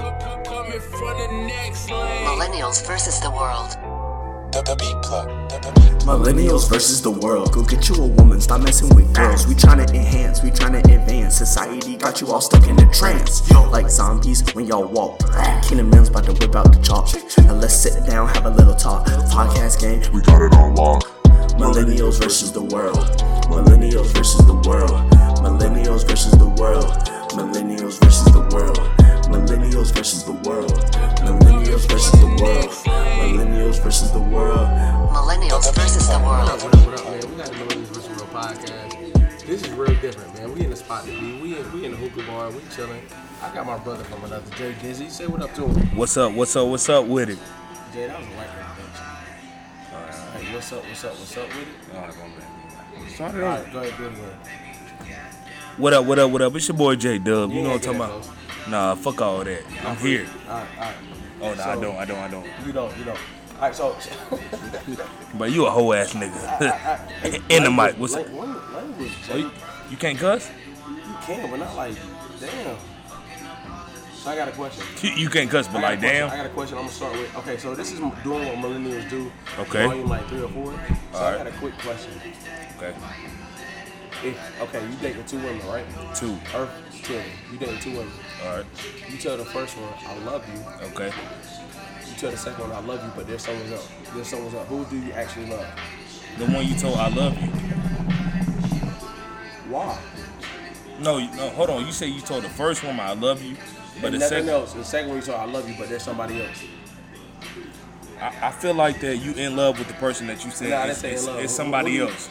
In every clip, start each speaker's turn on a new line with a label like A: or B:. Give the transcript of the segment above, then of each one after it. A: coming from the next lane.
B: Millennials versus the world.
C: The, the beat plug. The, the beat plug.
D: Millennials versus the world. Go get you a woman, stop messing with girls. We tryna enhance, we tryna advance. Society got you all stuck in a trance. Like zombies when y'all walk. Kingdom Men's about to whip out the chalk. Now let's sit down, have a little talk. Podcast game,
E: We got it on lock.
D: Millennials versus the world. Millennials versus the world. Millennials versus the world. Millennials versus the world. Millennials versus the world. Millennials versus the world. Millennials versus the world.
B: Millennials versus the world.
F: What up, what up, man? We got the Millennials vs. Real podcast. This is real different, man. We in the spot to be. We in, we in the hookah bar. We chilling. I got my brother from another, Jay Dizzy. Say what up to him.
G: What's up? What's up? What's up with it?
F: Jay, that was a white man, bitch. Hey, what's up, what's up, what's up with it?
G: Start it
F: All right, go ahead, do it. man.
G: What up? What up? What up? It's your boy J Dub. You
F: You
G: know
F: ain't
G: what I'm
F: get
G: talking about? Nah, fuck all that. I'm here.
F: All right, all right.
G: Oh no, I
F: So-
G: don't. I don't. I don't.
F: You don't, you don't. All right, so.
G: But you a whole ass nigga. In the mic. What's up?
F: Language, language,
G: Oh,
F: Jay.
G: you, you can't cuss?
F: You can, but not like, damn. So I got a question.
G: You, you can't cuss, but
F: I got a
G: like
F: question. I
G: damn.
F: got a question. I'm gonna start with. Okay, so this is doing what millennials do.
G: Okay.
F: Volume like three or four. So I
G: Alright.
F: got a quick question.
G: Okay.
F: If okay, you dating two women, right?
G: Two.
F: Or two. You dating two women.
G: All right.
F: You tell the first one, I love you.
G: Okay.
F: You tell the second one, I love you, but there's someone else. There's someone else. Who do you actually love?
G: The one you told I love you.
F: Why?
G: No, you- no. Hold on. You said you told the first woman I love you, but
F: But
G: the
F: nothing
G: second.
F: else. The second one you told, I love you, but there's somebody else.
G: I, I feel like that you in love with the person that you said
F: Nah,
G: is,
F: that's in
G: is,
F: love.
G: is
F: Who-
G: somebody
F: who you-
G: else.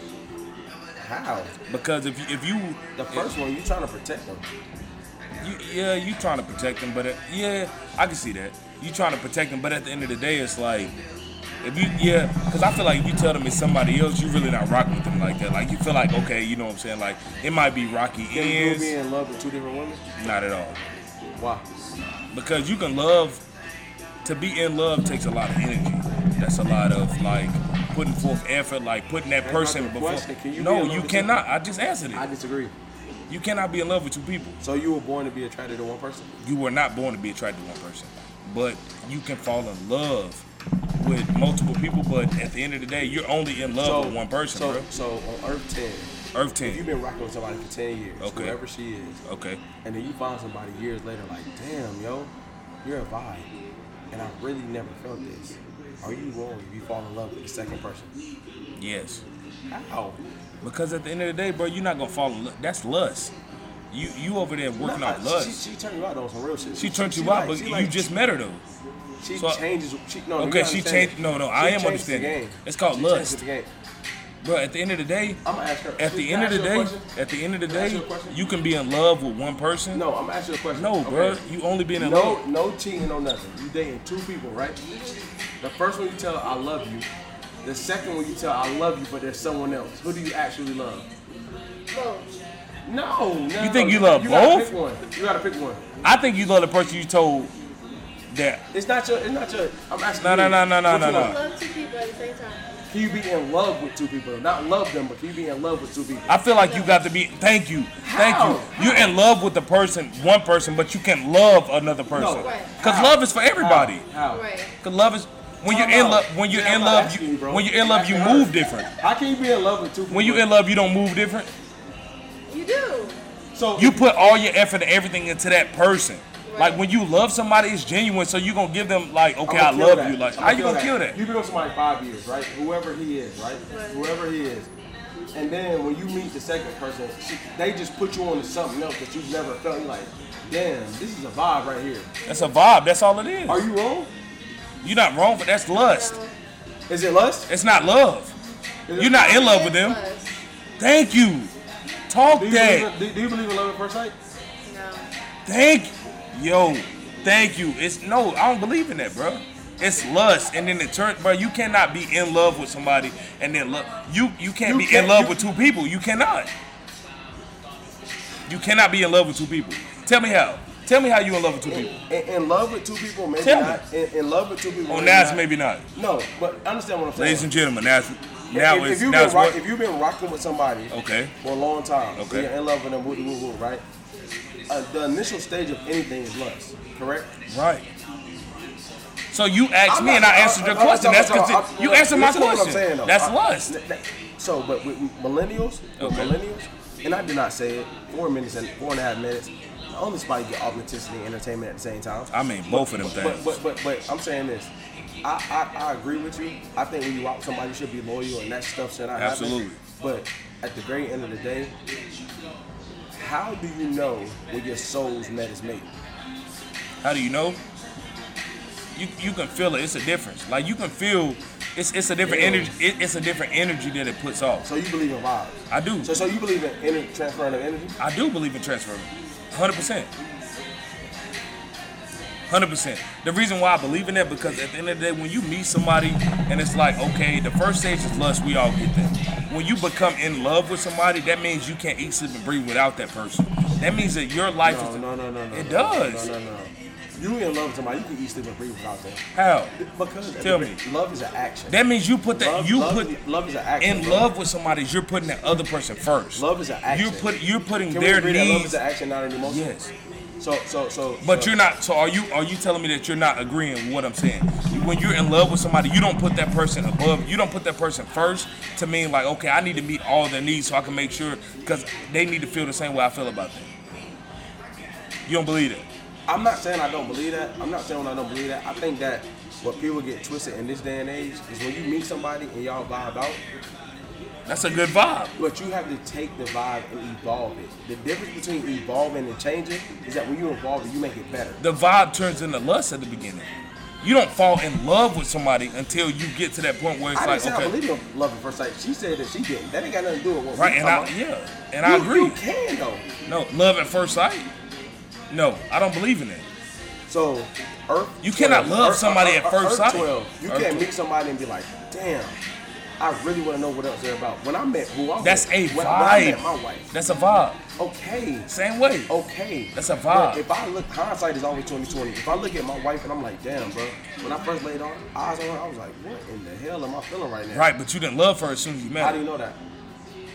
F: How?
G: Because if you if you
F: The first one, you trying to protect them.
G: You, yeah, you trying to protect him, but uh yeah, I can see that. You trying to protect him, but at the end of the day, it's like if you yeah, because I feel like if you tell them it's somebody else, you really not rocking with them like that. Like you feel like okay, you know what I'm saying? Like it might be Rocky
F: Can you be
G: ends,
F: in love with two different women?
G: not at all,
F: Why?
G: because you can love. To be in love takes a lot of energy. That's a lot of like putting forth effort, like putting that
F: That's not
G: person
F: the
G: before.
F: question. Can you be in
G: no,
F: love
G: you
F: with two-
G: cannot. I just answered it.
F: I disagree.
G: you cannot be in love with two people.
F: So you were born to be attracted to one person?
G: you were not born to be attracted to one person, but you can fall in love with multiple people. But at the end of the day, you're only in love with one person,
F: So,
G: bro.
F: so on Earth Ten,
G: Earth
F: if you've
G: ten.
F: been rocking with somebody for ten years,
G: Okay.
F: whoever she is,
G: Okay.
F: and then you find somebody years later, like, damn, yo, you're a vibe, and I really never felt this. Are you wrong if you fall in love with the second person?
G: Yes.
F: How?
G: Because at the end of the day, bro, you're not gonna fall in love. That's lust. You you over there working
F: Nah,
G: out lust.
F: She, she turned you out on some real shit.
G: She, turned you
F: she
G: out,
F: like-
G: but
F: she
G: you
F: like-
G: just met her though.
F: she
G: so-
F: changes. She, no, you
G: Okay, she
F: understand.
G: changed. No, no, I
F: She
G: am
F: changes the
G: understanding.
F: game.
G: It's called
F: She changes
G: lust,
F: the game.
G: bro. At the end of the day,
F: I'ma ask her-
G: At the
F: Can
G: end
F: I
G: of the
F: ask you a
G: day,
F: question?
G: at the end of the
F: Can I ask
G: day,
F: you a question?
G: you can be in love with one person.
F: No, I'm asking you a question.
G: no, bro. You only being in love.
F: No, no cheating on nothing. You dating two people, right? The first one you tell I love you. The second one you tell I love you, but there's someone else. Who do you actually love? No, no.
G: You think
F: no.
G: you love
F: Gotta
G: both?
F: pick one. You gotta pick one.
G: I think you love the person you told that.
F: It's not your. It's not your. I'm asking.
G: No,
F: you.
G: no, no, no, no,
F: Which
G: no,
F: one?
G: no.
H: love two people at the same time.
F: Can you be in love with two people? Not love them, but can you be in love with two people?
G: I feel like you got to be. Thank you, thank
F: How?
G: you. You're in love with the person, one person, but you can love another person.
F: No.
G: Cause love is for everybody.
F: How?
H: Right.
G: Cause love is when you're in
F: Time out.
G: love. When you're
F: Yeah,
G: in
F: I'm not
G: love,
F: asking
G: you
F: you, bro.
G: when you're in love, you
F: You're asking
G: move
F: her.
G: different.
F: How can you be in love with two people?
G: When you're in love, you don't move different.
H: You do.
F: so
G: You put all your effort and everything into that person. Like when you love somebody, it's genuine. So you're gonna give them like, okay, I
F: I'ma kill
G: love
F: that.
G: you. Like,
F: I'ma
G: how you gonna kill that?
F: You've been with somebody five years, right? Whoever he is, right? Whoever he is. And then when you meet the second person, she, they just put you on to something else that you've never felt. You're like, damn, this is a vibe right here.
G: That's a vibe. That's all it is.
F: Are you wrong?
G: You're not wrong, but that's lust.
F: Is it lust?
G: It's not love.
F: Is it-
G: You're not in love with them.
H: Plus,
G: Thank you. Talk
F: Do you, believe
G: that.
F: in, do, do you believe in love at first sight?
H: No.
G: Thank yo. Thank you. It's no, I don't believe in that, bro. It's lust, and then it turns, bro. You cannot be in love with somebody and then love. You you can't
F: You
G: be
F: can't-
G: in love
F: you-
G: with two people. You cannot. You cannot be in love with two people. Tell me how. Tell me how you in love with two people.
F: In, in love with two people, maybe
G: Tell me.
F: not. In, in love with two people,
G: On
F: maybe
G: that's
F: not.
G: maybe not.
F: No, but understand what I'm saying.
G: Ladies and gentlemen, that's now
F: if, if
G: it's
F: you've
G: now
F: been
G: it's
F: rock,
G: what-
F: if you've been rocking with somebody
G: Okay.
F: for a long time,
G: Okay.
F: you're in love with them, woo, woo, woo, right? uh, the initial stage of anything is lust, correct?
G: Right. So you asked
F: I'm
G: me
F: not-
G: and I answered your
F: I'm not
G: question.
F: talking
G: That's
F: about-
G: because
F: I'm-
G: you answered my
F: listen to what I'm
G: question.
F: saying, though.
G: That's
F: I-
G: lust.
F: that- So, but with millennials, with
G: Okay.
F: millennials, and I did not say it. Four minutes and four and a half minutes. The only spot you get authenticity and entertainment at the same time.
G: I mean, both of them
F: But
G: things.
F: but but but I'm saying this. I, I, I agree with you. I think when you out with somebody, you should be loyal, and that stuff should not happen.
G: Absolutely.
F: But at the very end of the day, how do you know when your soul's met is mate?
G: How do you know? You you can feel it. It's a difference. Like you can feel. It's it's a different
F: Yeah.
G: energy. It, it's a different energy that it puts off.
F: So you believe in vibes.
G: I do.
F: So so you believe in energy, transferring of energy.
G: I do believe in transfer. 100%. 100%. The reason why I believe in that because at the end of the day, when you meet somebody and it's like, okay, the first stage is lust, we all get that. When you become in love with somebody, that means you can't eat, sleep, and breathe without that person. That means that your life
F: No
G: is.
F: no no no no.
G: It
F: no,
G: does.
F: No no no. You in love with somebody, you can eat, sleep, and breathe without them.
G: How?
F: Because at
G: Tell
F: the-
G: me.
F: love is an action.
G: That means you put that.
F: love,
G: you
F: love,
G: put
F: love is an action.
G: in
F: bro.
G: love with somebody. You're putting that other person first.
F: Love is an action.
G: You put. You're putting
F: Can
G: their
F: we agree that love
G: needs.
F: is an action, not an emotion?
G: yes.
F: So so so.
G: But
F: so,
G: you're not. So are you? Are you telling me that you're not agreeing with what I'm saying? When you're in love with somebody, you don't put that person above. You don't put that person first. To mean like, okay, I need to meet all their needs so I can make sure because they need to feel the same way I feel about them. You don't believe it?
F: I'm not saying I don't believe that. I'm not saying I don't believe that. I think that what people get twisted in this day and age is when you meet somebody and y'all vibe out,
G: That's a good vibe.
F: but you have to take the vibe and evolve it. The difference between evolving and changing is that when you evolve it, you make it better.
G: The vibe turns into lust at the beginning. You don't fall in love with somebody until you get to that point where it's
F: I didn't
G: like,
F: say I
G: okay,
F: believe in love at first sight. She said that she didn't. That ain't got nothing to do with what
G: right?
F: we
G: And I,
F: talking about.
G: yeah, and I
F: You-
G: agree.
F: You can though.
G: No, love at first sight. No, I don't believe in it.
F: So, Earth.
G: You cannot
F: 12,
G: love
F: Earth-
G: somebody
F: Earth-
G: at first
F: Earth
G: sight.
F: 12, you
G: Earth
F: can't
G: 12.
F: meet somebody and be like, damn, I really want to know what else they're about. When I met who I was,
G: That's a
F: when, when I
G: vibe.
F: met my wife, Oh.
G: That's a vibe.
F: okay,
G: Same way.
F: okay.
G: That's a
F: But
G: vibe.
F: if I look, hindsight is always 2020. If I look at my wife and I'm like, damn, bro, when I first laid on, eyes on her, I was like, what in the hell am I feeling right now?
G: Right, but you didn't love her as soon as you met
F: How do you
G: her.
F: know that?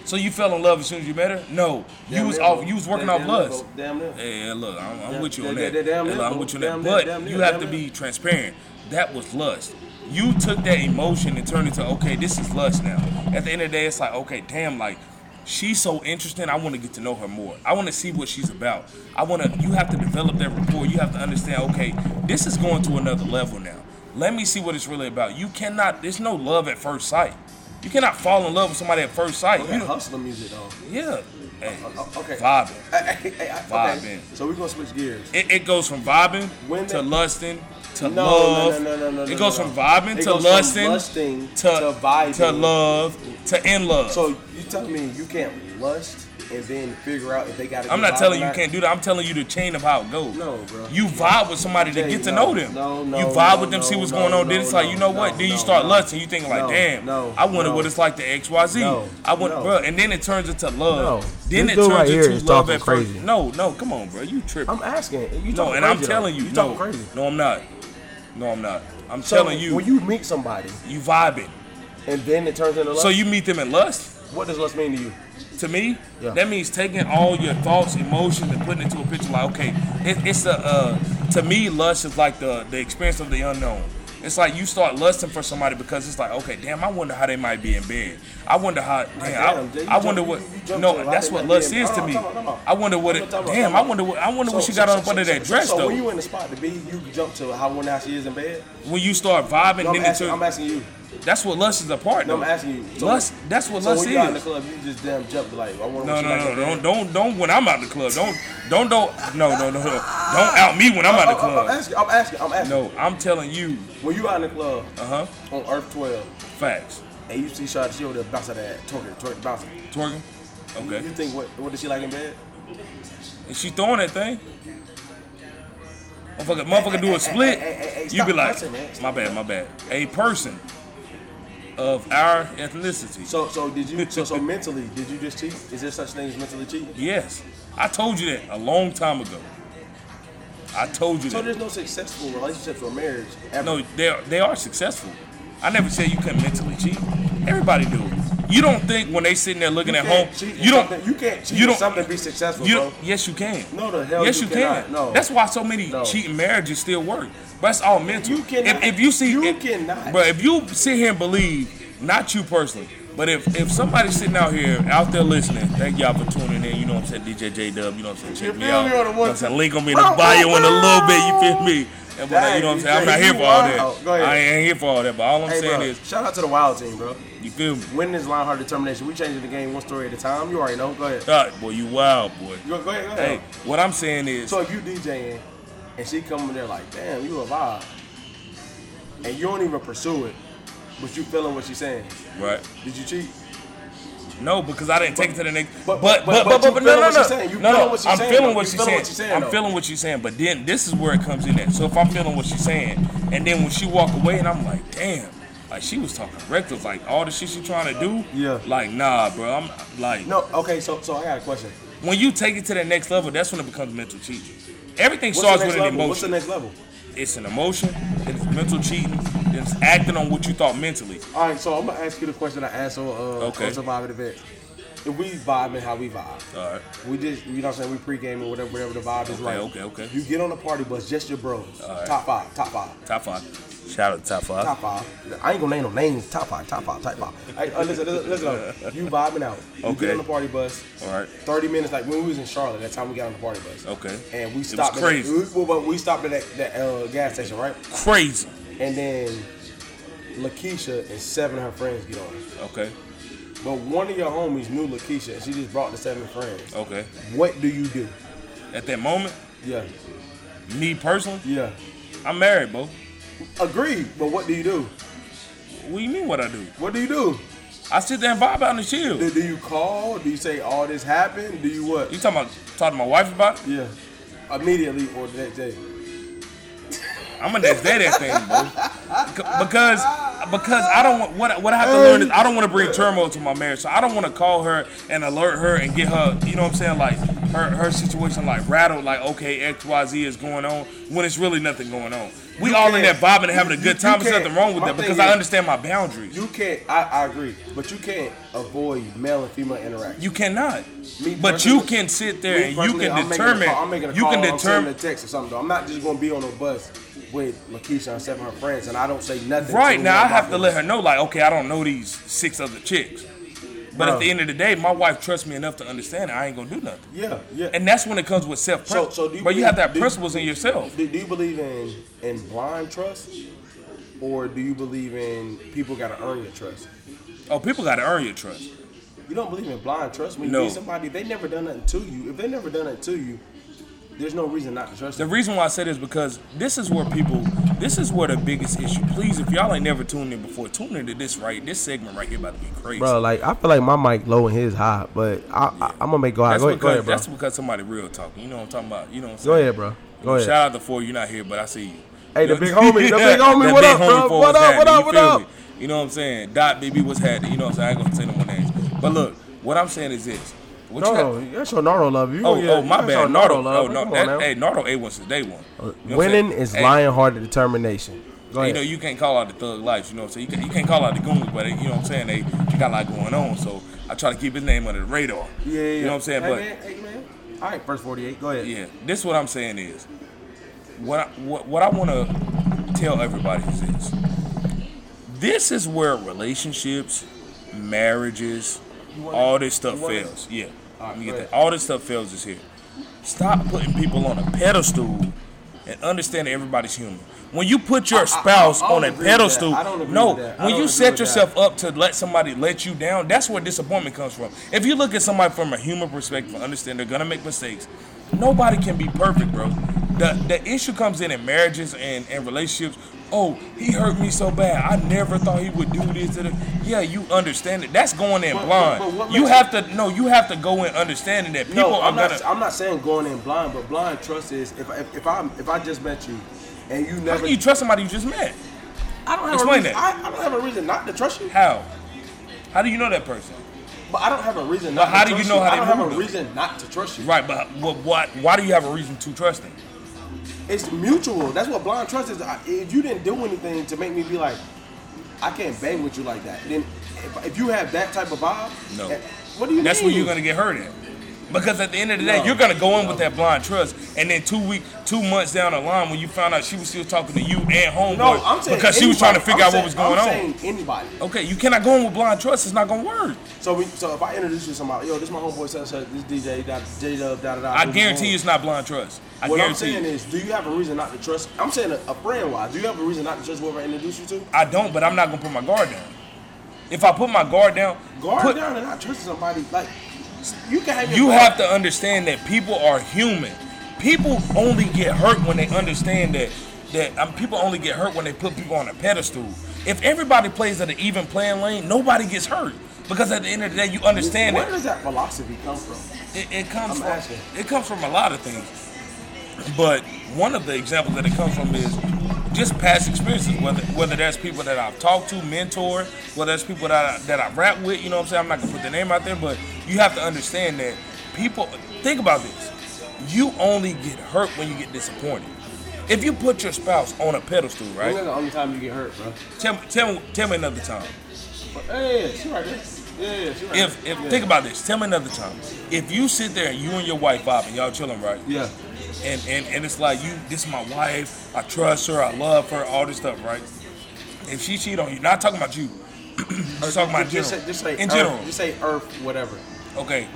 G: So you fell in love as soon as you met her? No, you
F: Damn
G: was
F: near,
G: off.
F: bro.
G: You was working
F: Damn
G: off
F: near,
G: lust.
F: bro. Damn near.
G: Yeah, look, I'm, I'm
F: Damn-
G: with you on
F: yeah,
G: that.
F: yeah, damn
G: Yeah,
F: near,
G: I'm
F: bro.
G: with you
F: Damn
G: on
F: near,
G: that.
F: damn
G: But
F: near,
G: you have
F: damn
G: to
F: near.
G: be transparent. That was lust. You took that emotion and turned it to okay, this is lust now. At the end of the day, it's like okay, damn, like she's so interesting. I want to get to know her more. I want to see what she's about. I want to. You have to develop that rapport. You have to understand. Okay, this is going to another level now. Let me see what it's really about. You cannot. There's no love at first sight. You cannot fall in love with somebody at first sight.
F: Look
G: You
F: at
G: don't-
F: hustler music though.
G: yeah. Hey,
F: Uh, Okay.
G: vibing.
F: Hey, hey, hey, I- okay.
G: Vibing.
F: So we're gonna switch gears.
G: It, it goes from vibing
F: When
G: to
F: it-
G: lusting to
F: No,
G: love.
F: no, no, no, no, no,
G: it goes
F: no,
G: from
F: no.
G: vibing
F: It
G: to
F: goes from
G: lusting,
F: lusting
G: to
F: to vibing.
G: to love to in love.
F: So you telling me you can't lust and then figure out if they got?
G: I'm not telling you you can't do that. I'm telling you the chain of how it goes.
F: No, bro.
G: You vibe with somebody to
F: Jay,
G: get to
F: no,
G: know them.
F: no, no,
G: you vibe
F: no,
G: with them, see
F: no,
G: what's
F: no,
G: going on. then
F: no,
G: it's like, you know
F: no,
G: what? Then
F: no,
G: you start
F: no.
G: lusting. You thinking like,
F: No,
G: damn,
F: no,
G: I wonder
F: no.
G: what it's like to X Y Z. I
F: No,
G: want,
F: no.
G: bro. And then it turns into love.
F: No.
G: Then
E: This dude
G: it turns
E: right here
G: into
E: is
G: love
E: talking
G: at first.
E: crazy.
G: No, no, come on, bro. You tripping?
F: I'm asking. You
G: no,
F: talking
G: and I'm
F: crazy,
G: telling
F: though.
G: you,
F: talking
G: no,
F: crazy.
G: no, I'm not. No, I'm not. I'm
F: So
G: telling you,
F: when you meet somebody
G: you vibing.
F: and then it turns into lust.
G: So you meet them in lust.
F: what does lust mean to you?
G: To me,
F: Yeah.
G: that means taking all your thoughts, emotions, and putting it to a picture. Like, okay, it, it's a. Uh, to me, lust is like the the experience of the unknown. It's like you start lusting for somebody because it's like, okay, damn, I wonder how they might be in bed. I wonder how, damn,
F: damn,
G: I,
F: Jay, you
G: I wonder
F: jumped-
G: what.
F: you- you jumped to
G: no,
F: a lot
G: that's
F: of
G: what
F: that
G: lust
F: being-
G: is to
F: Hold on,
G: me.
F: hold on, hold on.
G: I wonder
F: Hold
G: what
F: on,
G: it.
F: hold on,
G: Damn,
F: hold
G: I
F: on.
G: wonder what. I wonder
F: So-
G: what she
F: so-
G: got
F: so-
G: on up
F: so-
G: under
F: so-
G: that
F: so-
G: dress
F: So
G: though.
F: when you in the spot to be, you jump to how one house she is in bed.
G: when you start vibing,
F: No, I'm
G: then
F: asking,
G: into,
F: I'm asking you.
G: that's what lust is a part.
F: No, I'm
G: though.
F: asking you. So-
G: lust. That's what
F: So
G: lust
F: when
G: is.
F: you out in the club, you just damn jump like I want to.
G: No,
F: she
G: no,
F: like
G: no,
F: in bed.
G: don't, don't, don't. When I'm out the club, don't, don't, don't. No, no, no, no. Don't out me when I'm out the
F: I'm- I'm
G: club.
F: asking. I'm asking. I'm asking.
G: No, I'm telling you.
F: When you out in the club
G: Uh huh.
F: on Earth 12
G: Facts.
F: and you see Shawty, she over there bouncing that, twerking, twerking, bouncing.
G: Twerking. Okay.
F: You think what? What does she like in bed?
G: Is she throwing that thing? Motherfucker, motherfucker, do a split.
F: hey, hey, hey,
G: you be
F: stop
G: like,
F: cussing, man.
G: my bad, my bad. A person of our ethnicity.
F: So, so did you? So, so mentally, did you just cheat? Is there such thing as mentally cheating?
G: Yes, I told you that a long time ago. I told you
F: So
G: that.
F: there's no successful relationships or marriage ever.
G: No, they are, they are successful. I never said you couldn't mentally cheat. Everybody do. You don't think when they sitting there looking
F: You
G: at home,
F: can't cheat in
G: you don't
F: something- you can't cheat
G: you
F: in
G: don't-
F: something to be successful,
G: you
F: bro.
G: don't- Yes, you can.
F: No, the hell
G: Yes,
F: you
G: you, can.
F: cannot. No.
G: That's why so many
F: No.
G: cheating marriages still work. But it's all mental.
F: You cannot.
G: If, if you see,
F: You
G: if,
F: cannot.
G: But if you sit here and believe, not you personally, but if if somebody sitting out here, out there listening, thank y'all for tuning in. You know what I'm saying, DJ J Dub. You know what I'm saying, check
F: You
G: me
F: feel
G: out.
F: me?
G: You know
F: On the
G: what
F: one,
G: I'm saying,
F: two.
G: link them in the bio in a little bit. You feel me? And whatnot, you know what I'm saying? I'm not here for all
F: Wow.
G: that.
F: Go ahead.
G: I ain't here for all that. But all I'm
F: Hey,
G: saying
F: bro,
G: is,
F: shout out to the Wild team, bro.
G: you feel me?
F: Winning is line hard determination. We changing the game one story at a time. You already know. Go ahead.
G: God, boy, you wild, boy.
F: You go, go ahead. Go ahead.
G: Hey, what I'm saying is,
F: So if you DJing and she coming there like, damn, you a vibe, and you don't even pursue it, but you feeling what she's saying,
G: right?
F: did you cheat?
G: No, because I didn't take it to the next.
F: but-
G: But
F: but-
G: but but
F: but
G: but,
F: you
G: but, no
F: feeling
G: no
F: what
G: no
F: she's saying. You
G: no
F: feeling
G: no.
F: what she's
G: I'm
F: saying, though.
G: feeling what
F: You
G: she's
F: feeling
G: saying.
F: what she's saying,
G: I'm
F: though.
G: feeling what she's saying. But then this is where it comes in at. So if I'm feeling what she's saying, and then when she walk away, and I'm like, damn, like she was talking reckless, like all the shit she trying to do.
F: Yeah.
G: Like nah, bro. I'm like
F: No. Okay. So so I got a question.
G: when you take it to the next level, that's when it becomes mental cheating. Everything
F: What's
G: starts
F: the
G: with
F: next
G: an
F: level?
G: emotion
F: What's the next level?
G: it's an emotion, then it's mental cheating, then it's acting on what you thought mentally.
F: All right. So I'm gonna ask you the question I asked on uh,
G: Okay.
F: on Surviving Event. If we vibing how we vibe,
G: All right.
F: we just you know what I'm saying we pre-gaming whatever whatever the vibe is
G: Okay,
F: right.
G: okay, okay.
F: You get on the party bus, just your bros.
G: right.
F: Top five. Top five.
G: Top five. Shout out to top five.
F: Top five. I ain't gonna name no names. Top five. Top five. Top five. Hey, uh, listen, listen, listen. up. You vibing out. You get
G: Okay.
F: on the party bus.
G: All right.
F: Thirty minutes, like when we was in Charlotte, that time we got on the party bus.
G: Okay.
F: And
G: It
F: we
G: was
F: stopped. at-
G: crazy.
F: we- well, but we stopped at that, that uh, gas station, right?
G: Crazy.
F: And then Lakeisha and seven of her friends get on.
G: Okay.
F: But one of your homies knew Lakeisha, and she just brought the seven friends.
G: Okay.
F: What do you do?
G: At that moment,
F: Yeah.
G: me personally,
F: Yeah.
G: I'm married, bro.
F: Agreed. But what do you do?
G: What do you mean what I do?
F: What do you do?
G: I sit there and vibe out and chill.
F: Do, do you call? Do you say all this happened? Do you what?
G: You talking about talking to my wife about it?
F: Yeah. Immediately or the next day.
G: I'm gonna next day that thing, bro. Because because I don't want what I- what I have to learn is I don't want to bring turmoil to my marriage. So I don't want to call her and alert her and get her, you know what I'm saying, like her her situation like rattled, like okay X Y Z is going on when it's really nothing going on. We all in there
F: can't-
G: vibing and having
F: you-
G: a good
F: you
G: time. There's
F: can't.
G: nothing wrong with
F: My
G: that
F: thing
G: because I
F: is-
G: understand my boundaries.
F: You can't. I, I agree, but you can't avoid male and female interaction.
G: You cannot.
F: Me
G: but
F: personally-
G: you can sit there
F: Me
G: and you
F: personally,
G: can
F: I'm making a
G: determine.
F: call- I'm making a
G: you
F: call.
G: can
F: I'm sending
G: determine.
F: a text or something. Though. I'm not just gonna be on a bus with Lakeisha and seven of her friends, and I don't say nothing.
G: Right
F: to
G: now, I
F: nobody.
G: have to let her know, like, okay, I don't know these six other chicks. But
F: Bruh.
G: at the end of the day, my wife trusts me enough to understand it. I ain't gonna do nothing.
F: Yeah, yeah.
G: And that's when it comes with self.
F: So- so do you
G: but you have to have
F: believe- do-
G: principles in yourself.
F: do, do you believe in in blind trust, or do you believe in people gotta earn your trust?
G: Oh, people gotta earn your trust.
F: You don't believe in blind trust when
G: No.
F: you meet somebody they never done nothing to you. If they never done nothing to you, there's no reason not to trust
G: The
F: them.
G: reason why I say this because this is where people, this is where the biggest issue. Please, if y'all ain't never tuned in before, tune into this right. This segment right here about to be crazy.
F: like I feel like my mic low and his high, but I, I I'm gonna make go
G: that's because that's because somebody real talking. You know what I'm talking about. You know what I'm saying.
F: bro.
G: Shout out to four. You're not here, but I see you.
F: Hey, the big homie, the big homie,
G: That
F: what
G: big
F: up,
G: homie
F: bro?
G: for
F: What
G: what's
F: up, what
G: happening,
F: up,
G: you
F: what
G: feel
F: up?
G: me? You know what I'm saying? Dot BB, what's happening? You know what I'm saying? I ain't gonna say no more names. But look, what I'm saying is this. What you got-
F: that's your Nardo love. You
G: Oh,
F: gonna get-
G: oh, my
F: that's your
G: bad.
F: Nardo
G: Nardo. Oh, no.
F: Come on
G: that-
F: now. Uh,
G: Hey, Nardo A one since day one. You know what I'm
F: Winning
G: saying?
F: is
G: Hey,
F: lion hearted determination. Go
G: You know,
F: ahead.
G: you can't call out the thug life. You know what I'm saying? You, can, you can't call out the goons, but they, you know what I'm saying? They, they got a lot going on. So I try to keep his name under the radar. You know what I'm saying?
F: Hey,
G: but
F: man, hey, man. All right, first 48. Go ahead.
G: yeah, this what I'm saying is what I, what, what I want to tell everybody is this. This is where relationships, marriages, all this stuff
F: you want it?
G: fails. Yeah.
F: Alright,
G: Let me
F: go
G: get
F: ahead.
G: that. All this stuff fails is here. Stop putting people on a pedestal and understand that everybody's human. When you put your spouse
F: I don't
G: on a
F: agree with that.
G: pedestal,
F: I don't agree
G: no,
F: with that. I
G: when
F: don't
G: you
F: agree
G: set
F: with
G: yourself up to let somebody let you down, that's where disappointment comes from. If you look at somebody from a human perspective and understand they're gonna make mistakes, nobody can be perfect, bro. The the issue comes in in marriages and, and relationships. Oh, he hurt me so bad. I never thought he would do this. To the, yeah, you understand it. That's going in
F: But- but-
G: blind.
F: but what
G: you
F: makes
G: have to no. You have to go in understanding that people
F: no,
G: are
F: I'm not.
G: gonna.
F: I'm not saying going in blind, but blind trust is if if, if I if I just met you and you
G: how
F: never.
G: can you trust somebody you just met?
F: I don't have
G: explain
F: a reason,
G: that.
F: I, I don't have a reason not to trust you,
G: How? How do you know that person?
F: but I don't have a reason.
G: But
F: Not
G: how
F: to
G: do you
F: trust
G: know how
F: I
G: they
F: don't have
G: move,
F: a
G: though?
F: reason not to trust you.
G: Right, but what? Why, why do you have a reason to trust them?
F: It's mutual. That's what blind trust is. I, if you didn't do anything to make me be like, I can't bang with you like that. Then if, if you have that type of vibe,
G: No.
F: eh, What do you
G: That's
F: mean?
G: where you're gonna get hurt at. Because at the end of the day,
F: No.
G: you're gonna go in with that blind trust, and then two week, two months down the line, when you found out she was still talking to you and homeboy,
F: No, I'm saying
G: because she was trying to
F: anybody.
G: figure
F: I'm
G: out
F: saying-
G: what was going
F: I'm
G: on.
F: saying anybody.
G: Okay, you cannot go in with blind trust. It's not gonna work.
F: So we, so if I introduce you to somebody, yo, this my homeboy, such such, this DJ, da J Dub, da da da.
G: I
F: this is
G: guarantee
F: home.
G: you, it's not blind trust. I
F: What I'm
G: guarantee.
F: saying
G: you.
F: is, do you have a reason not to trust? I'm saying a, a friend wise. Do you have a reason not to trust whoever I introduce you to?
G: I don't, but I'm not gonna put my guard down. If I put my guard down,
F: Guard
G: put-
F: down and not trust somebody. Like you can have your
G: you
F: guard-
G: have to understand that people are human. People only get hurt when they understand that that um, people only get hurt when they put people on a pedestal. If everybody plays at an even playing lane, nobody gets hurt because at the end of the day, you understand
F: Where
G: that
F: does that philosophy come from?
G: it, it comes
F: I'm
G: from
F: asking.
G: it comes from a lot of things. But one of the examples that it comes from is just past experiences, whether whether that's people that I've talked to, mentor, whether that's people that I, that I rap with. You know what I'm saying? I'm not gonna put their name out there, but you have to understand that people think about this. You only get hurt when you get disappointed. If you put your spouse on a pedestal,
F: When is
G: right?
F: the only time you get hurt, bro?
G: Tell me, tell me, tell me another time.
F: But, yeah, yeah, she right there. Yeah, yeah, she right
G: If,
F: there.
G: if
F: yeah.
G: think about this, tell me another time. If you sit there and you and your wife vibing, y'all chilling, right?
F: Yeah.
G: and, and and it's like you this is my wife i trust her i love her all this stuff right if she cheat on you not talking about you just talking about
F: Just say,
G: general.
F: just say
G: in
F: earth,
G: general
F: Just say earth, whatever.
G: okay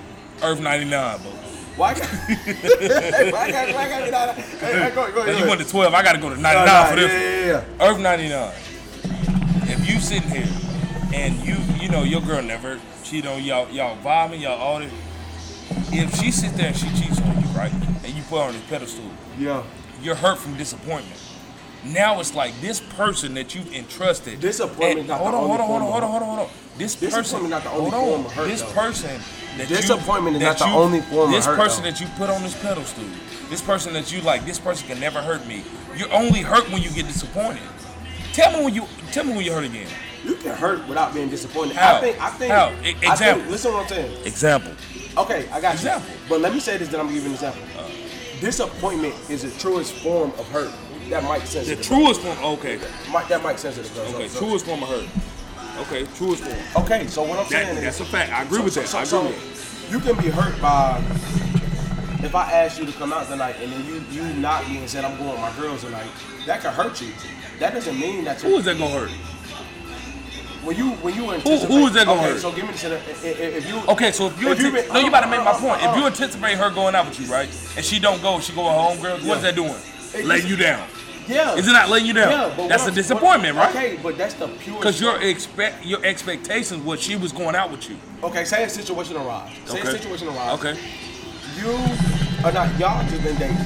G: earth 99 bro
F: Why? I got- why I got? Why I got? get out of- Hey, hey, go, go, go.
G: Now, you went to 12 i gotta go to 99
F: Nah, nah,
G: for this
F: yeah,
G: one.
F: yeah, yeah.
G: Earth 99. If you sitting here and you you know your girl never cheat on y'all y'all vibing y'all all this. If she sit there and she cheats on you right and you put her on the pedestal,
F: Yeah.
G: you're hurt from disappointment. Now it's like this person that you've entrusted.
F: Disappointment
G: and-
F: not the
G: Hold on,
F: only
G: hold on, hold on,
F: form
G: hold
F: of
G: on, hold on, hold on. This
F: Disappointment
G: person,
F: not the only
G: hold on.
F: form of hurt,
G: This
F: though.
G: person that you-
F: Disappointment is
G: that
F: not the
G: you-
F: only form of
G: This
F: hurt,
G: person
F: though.
G: that you put on this pedestal, this person that you like, this person can never hurt me. You're only hurt when you get disappointed. Tell me when you tell me when you hurt again.
F: You can hurt without being disappointed.
G: How?
F: I think. I think.
G: How? E-
F: I think,
G: example.
F: listen to what I'm saying.
G: Example.
F: Okay, I got
G: Example. Uh.
F: you. But let me say this. Then I'm gonna give you an example. Disappointment is the truest form of hurt. That might
G: The
F: sensitive.
G: truest form. Okay.
F: Might, that might sensitive. bro. So-
G: Okay.
F: so-
G: Truest form of hurt. Okay. Truest form.
F: Okay, so what I'm saying
G: That,
F: is
G: that's a fact. I agree with that. I agree with that.
F: You can be hurt by if I ask you to come out tonight and then you you knock me and said I'm going with my girls tonight. That could hurt you. That doesn't mean that
G: Who
F: you
G: is that gonna hurt?
F: when you when you
G: who is
F: anticipate.
G: that gonna
F: okay,
G: hurt?
F: So give me the scenario. if, if you
G: Okay, so if you, anti-
F: been-
G: no, you about to make my point. If you
F: Uh,
G: anticipate her going out with you, right, and she don't go, she go home, girl. What's
F: Yeah.
G: that doing?
F: It-
G: letting you down.
F: yeah,
G: Is it not letting you down?
F: Yeah, but
G: that's
F: what
G: a
F: I'm-
G: disappointment,
F: what-
G: right?
F: Okay, but that's the pure.
G: Because your expect your expectations was she was going out with you.
F: okay. Say a situation arrives. Say a
G: Okay.
F: situation arrives.
G: Okay.
F: you are not y'all just been dating.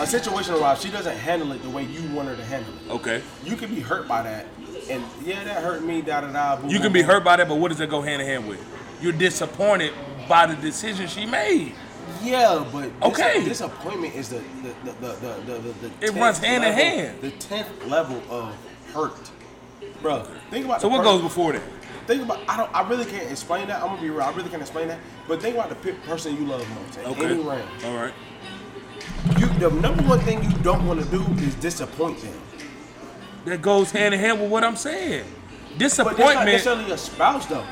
F: A situation arrives. She doesn't handle it the way you want her to handle it.
G: Okay.
F: you can be hurt by that. And yeah, that hurt me, da da da. boom,
G: You can
F: boom,
G: be
F: boom.
G: hurt by that, but what does that go hand in hand with? You're disappointed by the decision she made.
F: Yeah, but dis-
G: Okay.
F: disappointment is the the the the the, the, the
G: It
F: 10th
G: runs hand in
F: level-
G: hand.
F: The tenth level of hurt, bro. Think about
G: So
F: the
G: what
F: person-
G: goes before that?
F: Think about I don't I really can't explain that. I'm gonna be real. I really can't explain that. But think about the pe- person you love most. At
G: Okay.
F: Any round,
G: All right.
F: you the number one thing you don't want to do is disappoint them.
G: That goes hand in hand with what I'm saying.
F: But that's not
G: Disappointment.
F: necessarily your spouse though.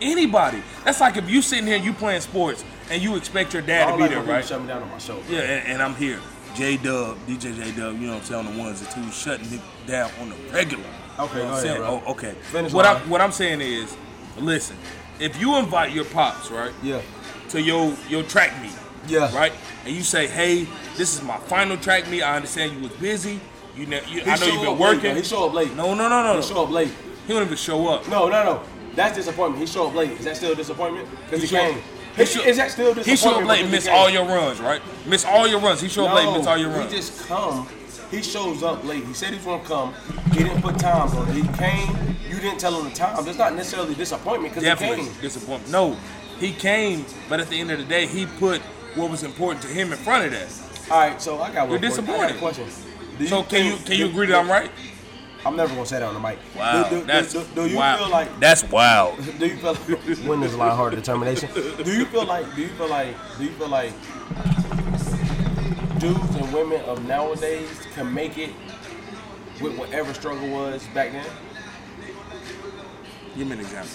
G: anybody. That's like if you sitting here, you playing sports, and you expect your dad
F: I don't
G: to
F: like
G: be there,
F: when people
G: right?
F: Shut me down on my shoulder.
G: Yeah, and, and I'm here. J Dub, DJ J Dub, you know what I'm saying, on the ones and twos, shutting it down on the regular.
F: Okay,
G: you
F: go
G: know what I'm
F: ahead,
G: saying?
F: bro.
G: Oh, okay.
F: Finish
G: what,
F: line.
G: I'm, what I'm saying is, listen, if you invite your pops, right,
F: Yeah.
G: to your, your track meet,
F: Yeah.
G: right, and you say, hey, this is my final track meet, I understand you was busy, you, ne- you I know
F: show
G: you've been
F: up late, bro.
G: working.
F: He show up late.
G: no, no, no, no,
F: He show
G: no.
F: up late.
G: He don't even show up.
F: No, no, no. That's disappointment. He showed up late. Is that still disappointment? Because he,
G: show-
F: came.
G: he
F: Is-
G: show-
F: is that still disappointment?
G: He showed up late,
F: because
G: miss
F: came?
G: all your runs, right? Miss all your runs. He showed up late, miss all your
F: he
G: runs.
F: just come. He shows up late. He said he's gonna come. He didn't put time on it. He came. You didn't tell him the time. That's not necessarily disappointment because he
G: Definitely
F: came.
G: disappointment. No, he came, but at the end of the day, he put what was important to him in front of that.
F: All right, so I got one.
G: You're
F: for you. I got
G: disappointed.
F: a question. Do
G: So can you
F: think-
G: can you
F: do-
G: agree that I'm right?
F: I'm never gonna say that on the mic.
G: Wow,
F: Do, do-
G: that's
F: do, do you
G: wow.
F: feel like
G: that's wild.
F: Do you feel like when is a lot of hard determination? Do you feel like do you feel like do you feel like dudes and women of nowadays can make it with whatever struggle was back then?
G: Give me an example.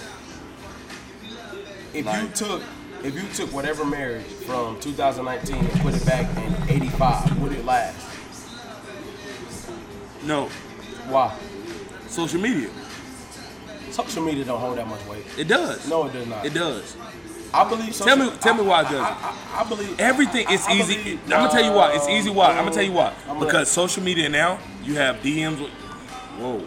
F: If you
G: Like-
F: took if you took whatever marriage from 2019 and put it back in 85, would it last?
G: No,
F: Why?
G: social media.
F: Social media don't hold that much weight.
G: It does.
F: No, it does not.
G: It does.
F: I believe. Social,
G: Tell me- tell me why it
F: I-
G: doesn't.
F: I, I, I believe
G: Everything
F: I-
G: it's
F: I
G: easy.
F: believe-
G: I'm gonna tell you why. It's easy why. I'm gonna tell you why.
F: I'm gonna-
G: Because social media now, you have DMs. With, whoa.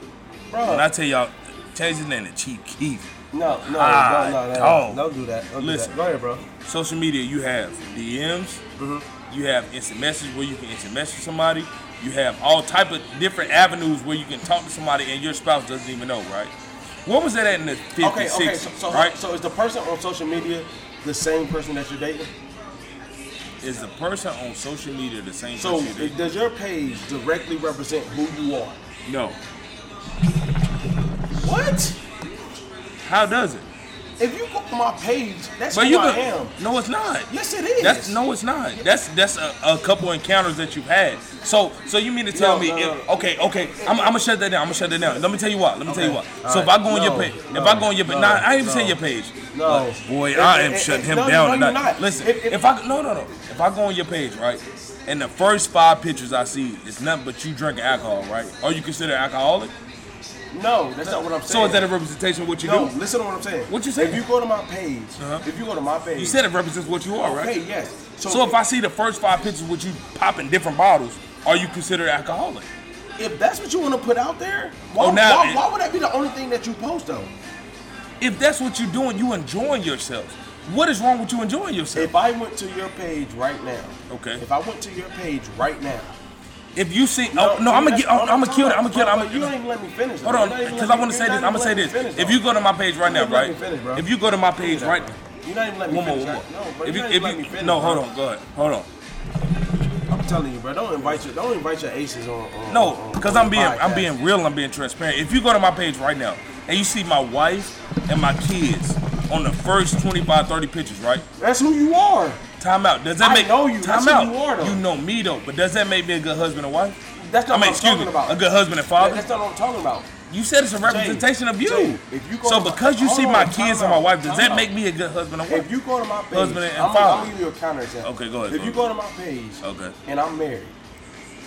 F: Bruh.
G: When I tell y'all, change his name to Chief Keith.
F: No, no,
G: Ah,
F: no, no, no,
G: dog.
F: Don't do that. Don't
G: Listen.
F: do that. Go ahead, bro.
G: Social media, you have DMs.
F: Mm-hmm.
G: You have instant message where you can instant message somebody. You have all type of different avenues where you can talk to somebody and your spouse doesn't even know, right? What was that at in the 50s,
F: Okay, okay.
G: 60s,
F: So, so,
G: right?
F: so is the person on social media the same person that you're dating?
G: Is the person on social media the same
F: So
G: person? you did?
F: does your page directly represent who you are?
G: No.
F: What?
G: How does it?
F: If you go to my page, that's
G: But
F: who
G: you
F: I
G: can-
F: am.
G: No, it's not.
F: Yes, it is.
G: That's no, it's not. That's that's a, a couple encounters that you've had. So so you mean to tell
F: No,
G: me?
F: no,
G: if,
F: no.
G: Okay, okay. I'm, I'm gonna shut that down. I'm gonna shut that down. Let me tell you what. Let me tell you what.
F: Okay.
G: so
F: All
G: if I
F: right.
G: go on your
F: No,
G: page, if
F: no,
G: I go on your page,
F: no,
G: nah, I ain't even
F: no.
G: say your page. Oh,
F: No.
G: Boy,
F: If-
G: I
F: if-
G: am shutting
F: if-
G: him
F: no,
G: down
F: no,
G: tonight.
F: you're not.
G: Listen,
F: If-
G: if,
F: if-
G: I no no no, if I go on your page right, and the first five pictures I see is nothing but you drinking alcohol, right? Are you considered alcoholic?
F: No, that's not what I'm saying.
G: So is that a representation of what you
F: no?
G: do?
F: Listen to what I'm saying.
G: What you saying?
F: If you go to my page,
G: Uh-huh.
F: if you go to my page,
G: You said it represents what you are, right?
F: okay, yes. So,
G: So if I see the first five pictures with you popping different bottles, are you considered alcoholic?
F: if that's what you want to put out there, why,
G: Oh, now
F: why,
G: it-
F: why would that be the only thing that you post though?
G: If that's what you're doing, you enjoying yourself. What is wrong with you enjoying yourself?
F: If I went to your page right now,
G: Okay.
F: If I went to your page right now,
G: If you see, oh, no, I'm gonna get, I'm gonna kill it. I'm gonna kill it. I'm
F: You ain't
G: gonna.
F: even let me finish.
G: Hold on, because I want to say this. I'm gonna say this. If you go to my page right now,
F: Let me
G: right?
F: finish, bro.
G: If you go to my page right,
F: you're not even letting me
G: one more, one
F: finish.
G: more.
F: right? No, bro,
G: If
F: you,
G: you,
F: not
G: if
F: even letting me
G: you,
F: finish.
G: no,
F: bro.
G: hold on, go ahead, hold on.
F: I'm telling you, bro. Don't invite your, don't invite your aces on. on
G: No,
F: on-
G: because
F: on
G: I'm being I'm
F: podcasts.
G: being real. I'm being transparent. If you go to my page right now and you see my wife and my kids on the first 25, 30 pictures, right?
F: That's who you are.
G: Time out. Does that
F: I
G: make
F: know you.
G: Time
F: That's who
G: out.
F: you are, though.
G: know me though, but does that make me a good husband and wife?
F: That's not
G: I mean,
F: what I'm
G: excuse
F: talking
G: me,
F: about.
G: a good husband and father.
F: That's not what I'm talking about.
G: you said it's a representation of you.
F: Jay, if you go
G: so
F: to my-
G: because you see
F: hold
G: my
F: on,
G: kids
F: time
G: and my
F: out,
G: wife, does
F: time
G: that
F: out.
G: make me a good husband and wife?
F: If you go to my page,
G: Husband and
F: I'm,
G: father.
F: I'm gonna give you a counter example.
G: Okay, go ahead,
F: If
G: go
F: you go to my page,
G: Okay.
F: and I'm married,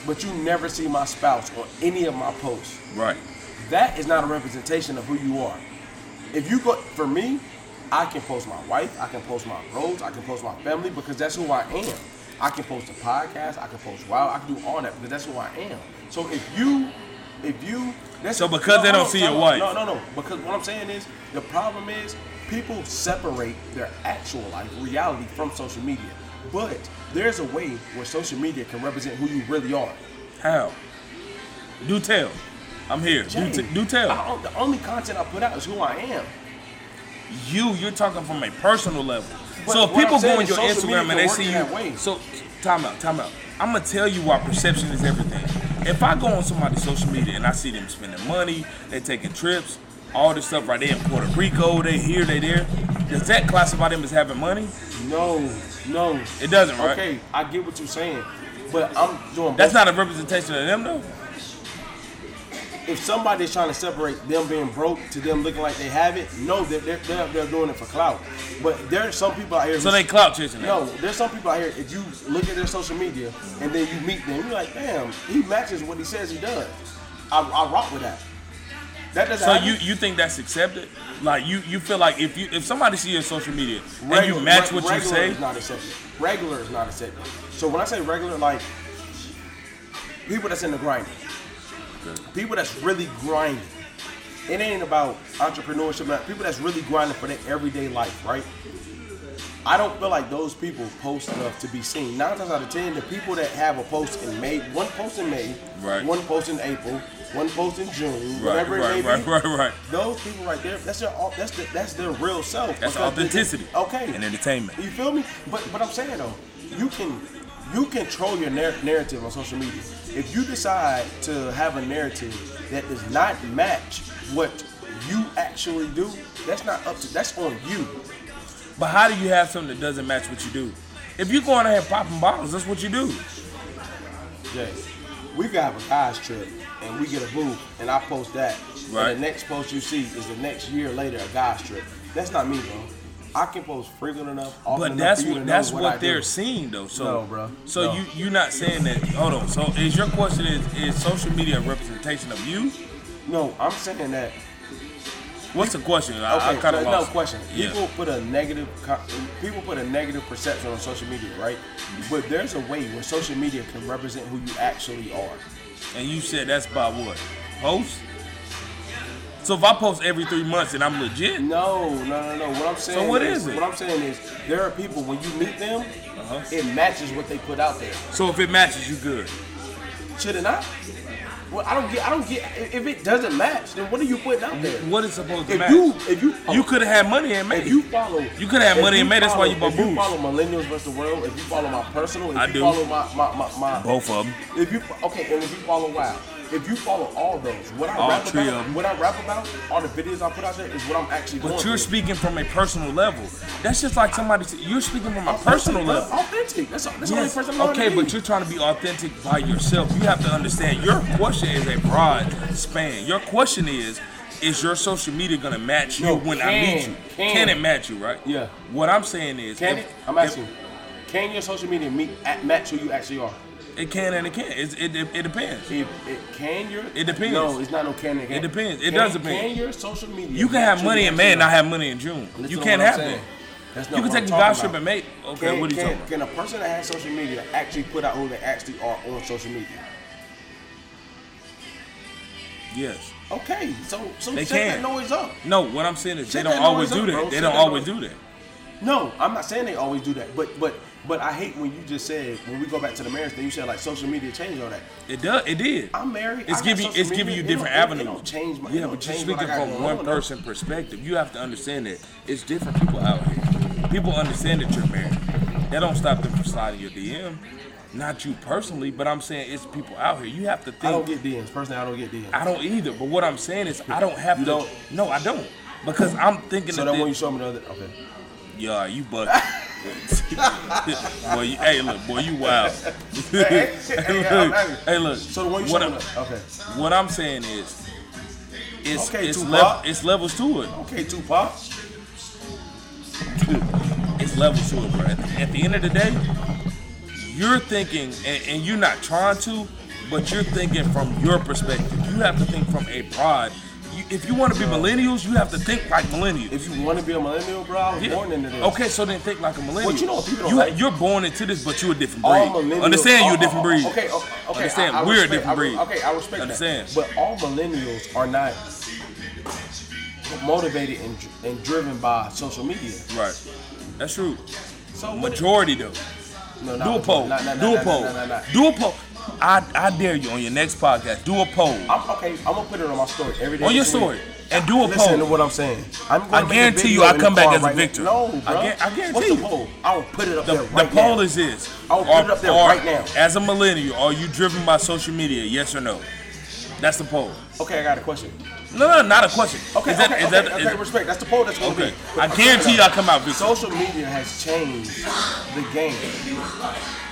F: but you never see my spouse on any of my posts,
G: right.
F: that is not a representation of who you are. If you go, for me, I can post my wife, I can post my roads, I can post my family because that's who I am. I can post a podcast, I can post wow, I can do all that because that's who I am. So if you, if you, that's
G: So because they don't see your
F: no,
G: wife.
F: No, no, no. Because what I'm saying is the problem is people separate their actual life, reality from social media. But there's a way where social media can represent who you really are.
G: How? Do tell. I'm here.
F: Jay,
G: Do, t- do tell.
F: I- the only content I put out is who I am.
G: you, you're talking from a personal level.
F: But
G: so if
F: what
G: people
F: I'm saying
G: go on
F: is
G: your
F: social media
G: Instagram
F: can
G: and they
F: work
G: see
F: in that way.
G: you, so time out, time out. I'm gonna tell you why perception is everything. If I go on somebody's social media and I see them spending money, they taking trips, all this stuff right there in Puerto Rico, they here, they there. Does that classify them as having money?
F: No, no.
G: It doesn't, right?
F: Okay, I get what you're saying, but I'm doing.
G: That's
F: both.
G: not a representation of them though.
F: If somebody's trying to separate them being broke to them looking like they have it, no, they're they're, they're, they're doing it for clout. But there's some people out here.
G: So
F: who-
G: they clout chasing
F: No,
G: them.
F: there's some people out here. If you look at their social media and then you meet them, you're like, damn, he matches what he says he does. I, I rock with that. That doesn't.
G: So
F: happen.
G: you, you think that's accepted? Like you, you feel like if you if somebody see your social media and you
F: Regu-
G: match
F: re-
G: what you
F: regular
G: say,
F: is not accepted. Regular is not accepted. So when I say regular, like people that's in the grind, people that's really grinding. It ain't about entrepreneurship. Not people that's really grinding for their everyday life, right? I don't feel like those people post enough to be seen. Nine times out of ten, the people that have a post in May, one post in May,
G: Right.
F: one post in April, one post in June,
G: right,
F: whatever it
G: right,
F: may
G: right,
F: be,
G: right, right.
F: those people right there, that's their au- that's the, that's their real self.
G: That's
F: Because they-
G: authenticity
F: okay.
G: and entertainment.
F: You feel me? But but I'm saying though, you can you control your nar- narrative on social media. If you decide to have a narrative that does not match what you actually do, that's not up to that's on you.
G: But how do you have something that doesn't match what you do? If you go out here popping bottles, that's what you do.
F: Jay. we could have a guys trip and we get a booth and I post that.
G: Right.
F: And the next post you see is the next year later a guys trip. That's not me, bro. I can post frequent enough. Often
G: But
F: enough
G: that's
F: for you
G: what
F: to know
G: that's
F: what,
G: what,
F: I do.
G: they're seeing though. So,
F: No, bro.
G: so
F: No.
G: you you're not saying that. Hold on. So is your question is is social media a representation of you?
F: No, I'm saying that.
G: What's the question? I,
F: Okay,
G: I kind of
F: so, no
G: lost. it.
F: question.
G: Yeah.
F: People put a negative co- people put a negative perception on social media, right? But there's a way where social media can represent who you actually are.
G: And you said that's by what? Post? So if I post every three months and I'm legit,
F: No, no, no, no. What I'm saying
G: what
F: is,
G: is it?
F: What I'm saying is, there are people when you meet them,
G: Uh-huh.
F: it matches what they put out there.
G: so if it matches, you good.
F: Should it not? Well, I don't get. I don't get. If it doesn't match, then what are you putting out there?
G: What is supposed to
F: If
G: match?
F: you, if you,
G: you could have had money and made
F: If
G: it.
F: you follow,
G: You coulda had
F: if
G: money and made, that's why you
F: follow-
G: bought
F: If you
G: booze.
F: follow Millennials versus the World, if you follow my personal, if
G: I
F: you
G: do.
F: follow my my my, my
G: both of them.
F: If you okay, and if you follow WoW, if you follow all those, what I
G: All
F: rap
G: three
F: about,
G: of 'em.
F: what I rap about, all the videos I put out there is what I'm actually. going
G: But
F: through.
G: you're speaking from a personal level. That's just like somebody. You're speaking from a
F: Authentic,
G: personal
F: bro.
G: level.
F: Authentic. That's that's the only
G: Yes.
F: person. I'm
G: Okay,
F: gonna be.
G: but you're trying to be authentic by yourself. You have to understand your question is a broad span. Your question is, is your social media gonna match you
F: No,
G: when I
F: can,
G: meet you?
F: can.
G: it match you, right?
F: Yeah.
G: What I'm saying is
F: Can
G: if-
F: it? I'm
G: if-
F: asking. you. Can your social media meet at match who you actually are?
G: It can and it can't. It's, it, it, it depends.
F: If it can your
G: It depends.
F: No, it's not no can and can.
G: It depends. It
F: Can-
G: does depend.
F: Can your social media?
G: You can
F: match
G: have
F: who
G: money
F: you
G: in
F: actually
G: May and not
F: are?
G: have money in June.
F: Listen
G: you
F: to
G: can't
F: what I'm
G: have that.
F: saying. That's not
G: You can
F: what I'm
G: take a
F: talking
G: guys trip
F: about.
G: and make. Okay,
F: Can,
G: what are you
F: can,
G: talking about?
F: Can a person that has social media actually put out who they actually are on social media?
G: Yes.
F: Okay, so so
G: They
F: shut
G: can.
F: that noise up.
G: No, what I'm saying is they
F: Shut that
G: don't always
F: noise
G: do
F: up,
G: that.
F: bro.
G: They
F: Shut
G: don't
F: that
G: always
F: noise
G: do that.
F: No, I'm not saying they always do that, but but but I hate when you just said when we go back to the marriage thing. You said like social media changed all that.
G: It does. It did.
F: I'm married.
G: It's
F: I got
G: giving.
F: social
G: It's giving
F: media.
G: you
F: It
G: different
F: don't- it-
G: avenues.
F: It don't change my. it
G: yeah,
F: don't
G: but you're
F: change what I
G: speaking
F: got
G: from
F: going
G: one
F: on, though.
G: person perspective. You have to understand that it's different people out here. People understand that you're married. That don't stop them from sliding your DM. Not you personally, but I'm saying it's people out here. You have to think.
F: I don't get DMs. Personally, I don't get DMs.
G: I don't either. But what I'm saying is, I don't have
F: You
G: to.
F: don't?
G: No, I don't. Because I'm thinking
F: so
G: that
F: that when you show me the other, okay.
G: Yeah, you buck. boy, you, hey, look, boy, you wild.
F: Hey, hey,
G: hey,
F: hey, I'm
G: look,
F: happy.
G: hey, look.
F: So the one you
G: what,
F: showed
G: I'm-
F: me the- okay.
G: What I'm saying is, it's
F: Okay,
G: it's,
F: Tupac.
G: lev- it's levels to it.
F: Okay, Tupac.
G: It's levels to it, bro. At the, at the end of the day, you're thinking, and, and you're not trying to, but you're thinking from your perspective. You have to think from a broad. You, if you want to be millennials, you have to think like millennials.
F: If you want to be a millennial, bro, I was
G: Yeah.
F: born into this.
G: Okay, so then think like a millennial.
F: But you know what people don't
G: you,
F: like?
G: You're born into this, but you're a different
F: All
G: breed.
F: millennials.
G: Understand, you're a
F: oh,
G: different
F: oh,
G: breed.
F: Okay, oh, okay.
G: Understand,
F: I, I
G: we're
F: respect-
G: a different
F: I re-
G: breed.
F: okay, I respect
G: Understand.
F: that. But all millennials are not motivated and, dr- and driven by social media.
G: Right. That's true.
F: So what-
G: Majority though.
F: No,
G: Do a poll.
F: No, no, no,
G: Do a
F: no,
G: poll.
F: No, no, no, no.
G: Do a poll. I, I dare you on your next podcast. Do a poll
F: I'm okay. I'm gonna put it on my story every day.
G: on your
F: this week.
G: story and do a
F: Listen to
G: poll.
F: what I'm saying. I'm gonna
G: I
F: make a
G: guarantee
F: video
G: you I
F: in the
G: come back
F: car
G: as a
F: right now.
G: victor.
F: No,
G: I
F: bro.
G: guar- I guarantee
F: What's the
G: you.
F: poll? I will put it up
G: The,
F: there
G: the
F: right
G: poll
F: now.
G: is this.
F: I'll
G: Are-
F: put it up there
G: are-
F: right now.
G: As a millennial, are you driven by social media? Yes or no? That's the poll.
F: Okay, I got a question.
G: No, no, not a question.
F: Okay,
G: Is that-
F: okay,
G: is
F: okay,
G: that-
F: okay,
G: is-
F: respect. That's the poll that's gonna
G: Okay.
F: be.
G: I guarantee you I come out victor.
F: Social media has changed the game.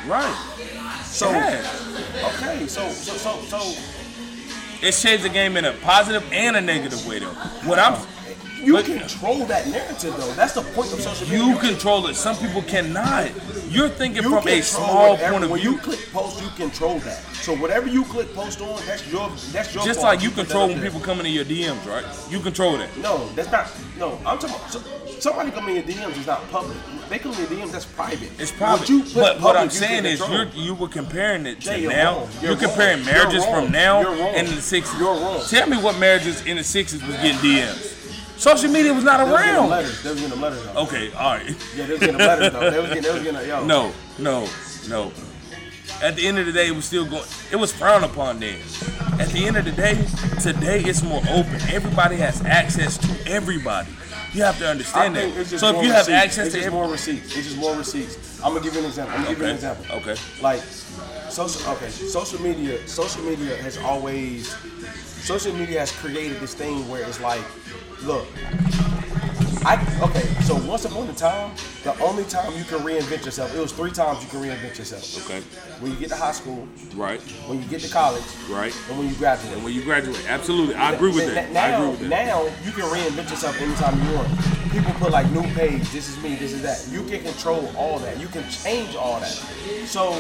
G: right.
F: So
G: Yeah.
F: okay, so so so so
G: It's changed the game in a positive and a negative way, though. What I'm,
F: you
G: But-
F: control that narrative though. That's the point of social media.
G: you control it. Some people cannot. You're thinking
F: You
G: from a
F: control
G: small
F: whatever-
G: point of
F: when
G: view,
F: you click post, you control that. So whatever you click post on, that's your that's your.
G: just
F: fault.
G: like you
F: put that
G: control
F: up
G: when
F: there.
G: people come into your DMs, right? You control that.
F: No, that's not. No, I'm talking. About, so, somebody coming in your DMs is not public. They come in your DMs, that's private.
G: It's private.
F: What you put
G: but what
F: public,
G: I'm
F: you
G: saying
F: can
G: is,
F: control.
G: you're, you were comparing it
F: Yeah,
G: to
F: you're
G: now.
F: wrong.
G: You're,
F: You're
G: comparing
F: wrong.
G: marriages
F: You're
G: from
F: wrong.
G: now
F: You're wrong.
G: and in the 60s.
F: You're wrong.
G: Tell me what marriages in the 60s was getting DMs. Social media was not
F: They was getting
G: around.
F: letters. They was getting them letters. Though.
G: Okay, all right.
F: Yeah, they was getting them letters though. They was getting. They was getting. Yo.
G: No, no, no. At the end of the day, it was still going. It was frowned upon then. At the end of the day, today it's more open. Everybody has access to everybody. You have to
F: I
G: understand
F: think
G: that.
F: it's just
G: So
F: more
G: if you have
F: receipts.
G: access
F: it's
G: to
F: just
G: every,
F: more receipts. It's just more receipts. I'm gonna give you an example. I'm gonna give you an
G: Okay.
F: example.
G: Okay.
F: Like social. Okay. Social media. Social media has always. Social media has created this thing where it's like, look, I okay. So once upon a time, the only time you can reinvent yourself, it was three times you can reinvent yourself.
G: Okay.
F: When you get to high school,
G: Right.
F: when you get to college,
G: Right.
F: and when you graduate.
G: And when you graduate, absolutely, I agree with
F: N-
G: that.
F: Now,
G: I agree with that.
F: now you can reinvent yourself anytime you want. People put like new page, this is me, this is that. You can control all that. You can change all that. So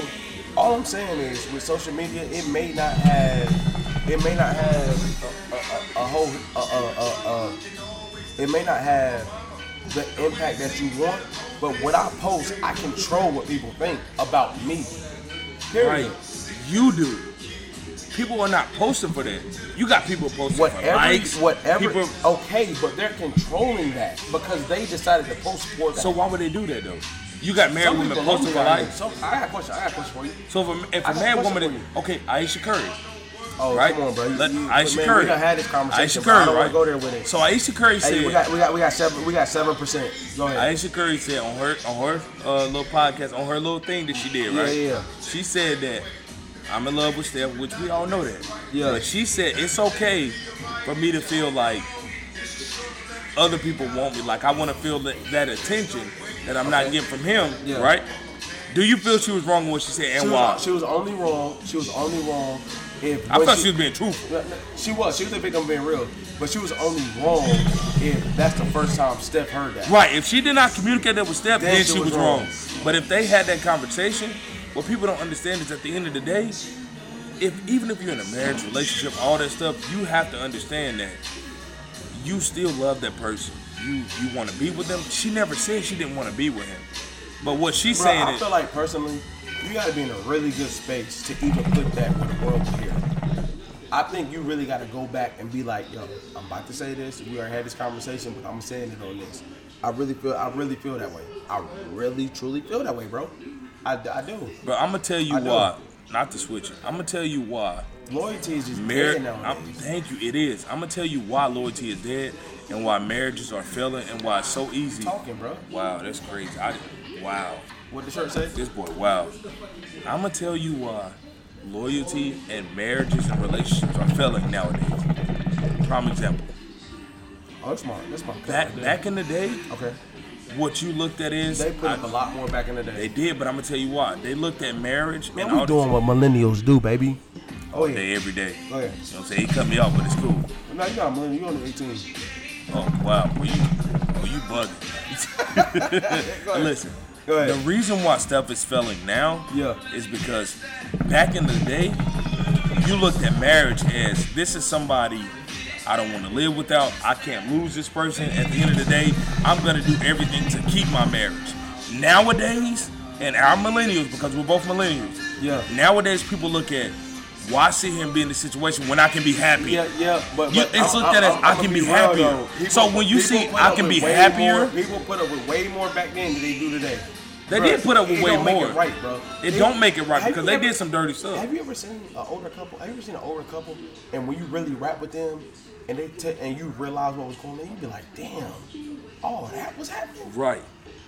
F: all I'm saying is with social media, it may not have it may not have a, a, a, a whole a, a, a, a, it may not have the impact that you want, but what I post, I control what people think about me. Period.
G: right. You do. People are not posting for that. You got people posting for
F: whatever,
G: likes.
F: whatever.
G: People,
F: okay, but they're controlling that because they decided to post for that.
G: so why would they do that though? You got married
F: Some
G: women
F: people
G: posting
F: only
G: for
F: got
G: likes.
F: So I got a question. I got a question for you.
G: So if a, if
F: I
G: a
F: got a
G: man
F: question
G: woman,
F: for
G: that- okay, Aisha Curry,
F: Oh,
G: right?
F: come on, bro. You,
G: Let-
F: you,
G: Aisha
F: man,
G: Curry.
F: We done had this conversation.
G: Aisha
F: but I
G: Curry,
F: don't
G: right?
F: want to go there with it.
G: So Aisha Curry
F: hey,
G: said,
F: we got we got we got seven we got seven percent. Go ahead.
G: Aisha Curry said on her on her uh, little podcast, on her little thing that she did,
F: Yeah,
G: right?
F: yeah.
G: She said that I'm in love with Steph, which we all know that.
F: Yeah.
G: But she said it's okay for me to feel like other people want me, like I want to feel that, that attention that I'm not getting from him,
F: Yeah.
G: right? Do you feel she was wrong in what she said
F: she,
G: and why?
F: was, she was only wrong. She was only wrong. If
G: I
F: when
G: thought she was being truthful.
F: No, no, She was. She was a victim of being real, but she was only wrong if that's the first time Steph heard that.
G: Right. If she did not communicate that with Steph,
F: Then
G: then
F: she
G: she
F: was
G: was wrong.
F: wrong.
G: But if they had that conversation, what people don't understand is at the end of the day, if even if you're in a marriage, relationship, all that stuff, you have to understand that you still love that person. You you want to be with them. She never said she didn't want to be with him. But what she's
F: Bro,
G: saying
F: I
G: is
F: feel like personally, you gotta be in a really good space to even put that with the world here. I think you really gotta go back and be like, yo, I'm about to say this. We already had this conversation, but I'm saying it on this. I really feel, I really feel that way. I really, truly feel that way, bro. I, I do.
G: but I'm gonna tell you
F: I know.
G: why. Not to switch it. I'm gonna tell you why.
F: Loyalty is just
G: Mar-
F: dead nowadays.
G: I'm- thank you. It is. I'm gonna tell you why loyalty is dead and why marriages are failing and why it's so easy.
F: talking, bro.
G: Wow, that's crazy. I, wow,
F: What the shirt say?
G: this boy. Wow. I'm gonna tell you why loyalty and marriages and relationships are failing nowadays. Prime example.
F: Oh, that's my, that's my. cut
G: Back
F: right there.
G: back in the day,
F: Okay.
G: what you looked at is
F: They put up a
G: I-
F: lot more back in the day.
G: They did, but I'm gonna tell you why. They looked at marriage
F: Man,
G: and all
F: we doing
G: this
F: what millennials do, baby. Oh yeah.
G: day every day.
F: Go ahead.
G: You know what I'm saying? He cut me off, but it's cool.
F: No, you not millennial. You only 18.
G: Oh wow, well you oh you bugging. Listen,
F: Go ahead.
G: the reason why stuff is failing now
F: Yeah.
G: is because back in the day, you looked at marriage as this is somebody I don't want to live without. I can't lose this person. At the end of the day, I'm gonna do everything to keep my marriage. Nowadays, and our millennials, because we're both millennials.
F: Yeah.
G: Nowadays, people look at why sit here and be in this situation when I can be happy.
F: Yeah, yeah, but,
G: You-
F: but
G: it's
F: I'm-
G: looked at
F: I'm-
G: as,
F: I'm
G: "I
F: gonna
G: can be
F: real,
G: happier."
F: though.
G: So when you see,
F: put
G: "I
F: up
G: can
F: with
G: be
F: way
G: happier,"
F: more- people put up with way more back then than they do today.
G: They
F: Bruh,
G: did put up with
F: it
G: way
F: don't make
G: more.
F: it right, bro.
G: It don't make it right
F: Have
G: because
F: you
G: they
F: ever-
G: did some dirty stuff.
F: Have you ever seen an older couple? Have you ever seen an older couple? And when you really rap with them, and they t- and you realize what was going on, you be like, damn, all that was happening.
G: Right.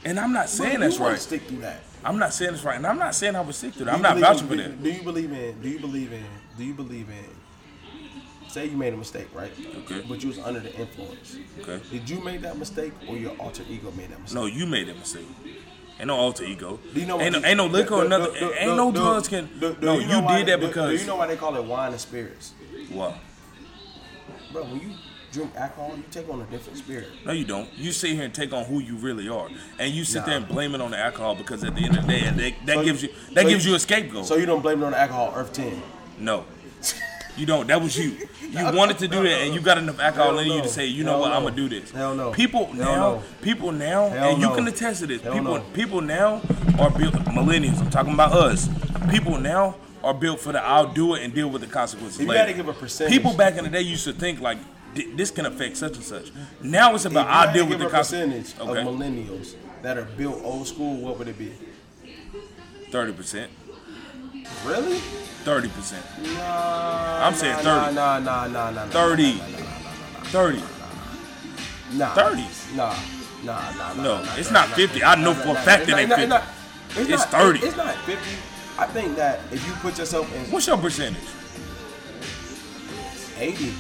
G: And I'm not saying
F: Bro,
G: that's
F: you wanna
G: right.
F: Stick through that.
G: I'm not saying that's right. And I'm not saying I would stick to that.
F: Do
G: I'm
F: you
G: not
F: believe
G: vouching
F: in-
G: for
F: do-
G: that.
F: Do you believe in? Do you believe in? Do you believe in? Say you made a mistake, right?
G: Okay.
F: But you was under the influence.
G: Okay.
F: Did you make that mistake, or your alter ego made that mistake?
G: No, you made that mistake. Ain't no alter ego.
F: Do you know?
G: ain't,
F: why-
G: no, ain't no liquor or
F: do- do-
G: nothing.
F: do-
G: ain't
F: do-
G: no
F: do-
G: drugs can.
F: do- do know
G: no, you,
F: why-
G: did that
F: do-
G: because.
F: Do you know why they call it wine and spirits,
G: Why?
F: bro? When you drink alcohol, you take on a different spirit.
G: No, you don't. You sit here and take on who you really are, and you sit
F: Nah.
G: there and blame it on the alcohol because at the end of the day, and they, that
F: So-
G: gives you that
F: so
G: gives you a scapegoat.
F: So you don't blame it on the alcohol, Earth Ten.
G: No. You don't. That was you. You wanted to do that, and you got enough alcohol
F: Hell
G: in you
F: no.
G: to say, you know
F: Hell
G: what,
F: no.
G: I'm gonna do this.
F: Hell no.
G: People
F: Hell
G: now,
F: no.
G: people now,
F: Hell
G: and
F: no.
G: you can attest to this.
F: Hell
G: people,
F: no.
G: people now are built. Millennials. I'm talking about us. People now are built for the I'll do it and deal with the consequences
F: You
G: later.
F: gotta give a percentage.
G: People back in the day used to think like. "Th- This can affect such and such. Now it's about
F: If you
G: I'll
F: had
G: deal
F: to
G: with the
F: give a
G: consequences.
F: percentage of
G: Okay,
F: millennials that are built old school. What would it be?
G: thirty percent,
F: Really?
G: thirty percent,
F: Nah.
G: I'm saying
F: nah,
G: 30.
F: Nah, nah, nah, nah, nah.
G: Thirty.
F: nah, nah, nah,
G: thirty.
F: Nah.
G: 30.
F: Nah. Nah, nah, nah.
G: No,
F: nah,
G: it's
F: nah,
G: not
F: nah,
G: 50.
F: nah,
G: I know
F: nah,
G: for a
F: nah,
G: fact
F: it's
G: it
F: not-
G: ain't
F: it's not-
G: 50. It's
F: not-
G: 30.
F: It's not 50. I think that if you put yourself in
G: What's your percentage?
F: 80,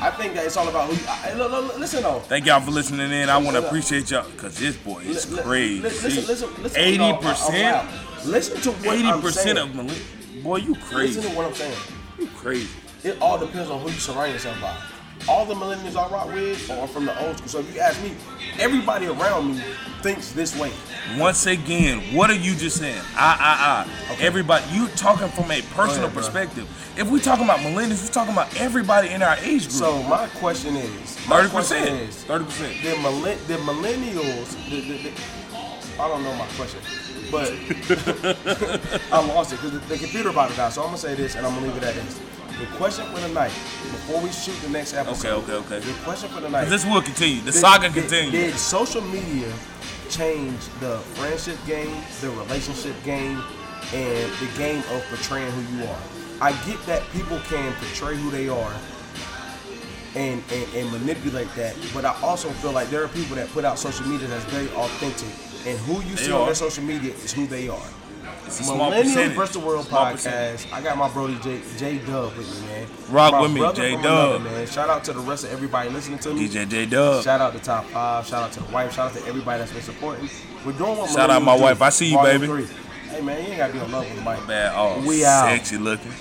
F: I think that it's all about who. You, I, look, look, look, listen though.
G: Thank y'all for listening in. I want to appreciate y'all because this boy is
F: Li- li-
G: crazy.
F: li- Listen, listen, listen.
G: Eighty
F: no,
G: percent,
F: I'm loud. Listen to what
G: eighty
F: I'm saying.
G: percent of Malin. Boy, you
F: Listen
G: crazy.
F: to what I'm saying.
G: You crazy.
F: It all depends on who you surround yourself by. All the millennials I rock with are from the old school. So if you ask me, everybody around me thinks this way.
G: Once again, what are you just saying? I, I, I.
F: Okay.
G: Everybody, you talking from a personal
F: bro.
G: perspective. If we talking about millennials, we talking about everybody in our age group.
F: So my question is, my
G: thirty
F: question
G: percent,
F: is,
G: thirty percent.
F: the, millen- the millennials, the, the, the- I don't know my question, but I lost it because the, the computer about it out. So I'm gonna say this, and I'm gonna leave it at this. The question for tonight, before we shoot the next episode.
G: Okay, okay, okay.
F: The question for tonight.
G: This will continue. The
F: did-
G: saga
F: did-
G: continues.
F: Did social media change the friendship game, the relationship game, and the game of portraying who you are? I get that people can portray who they are and, and, and manipulate that. But I also feel like there are people that put out social media that's very authentic, and who you see on
G: are.
F: their social media is who they are.
G: It's a small
F: Millennial
G: percentage.
F: vs. the World
G: Small percentage.
F: podcast. I got my brody J, J Dub with me, man.
G: Rock
F: My
G: with me,
F: brother
G: J
F: from another,
G: Dub.
F: man. Shout out to the rest of everybody listening to me.
G: DJ J Dub.
F: Shout out to Top Five. Shout out to the wife. Shout out to everybody that's been supporting. We're doing what
G: Shout out
F: millennials
G: my
F: do.
G: wife. I see you,
F: Volume
G: baby.
F: Three. Hey man, you ain't gotta be in love with Mike.
G: Bad, oh,
F: We out.
G: sexy looking.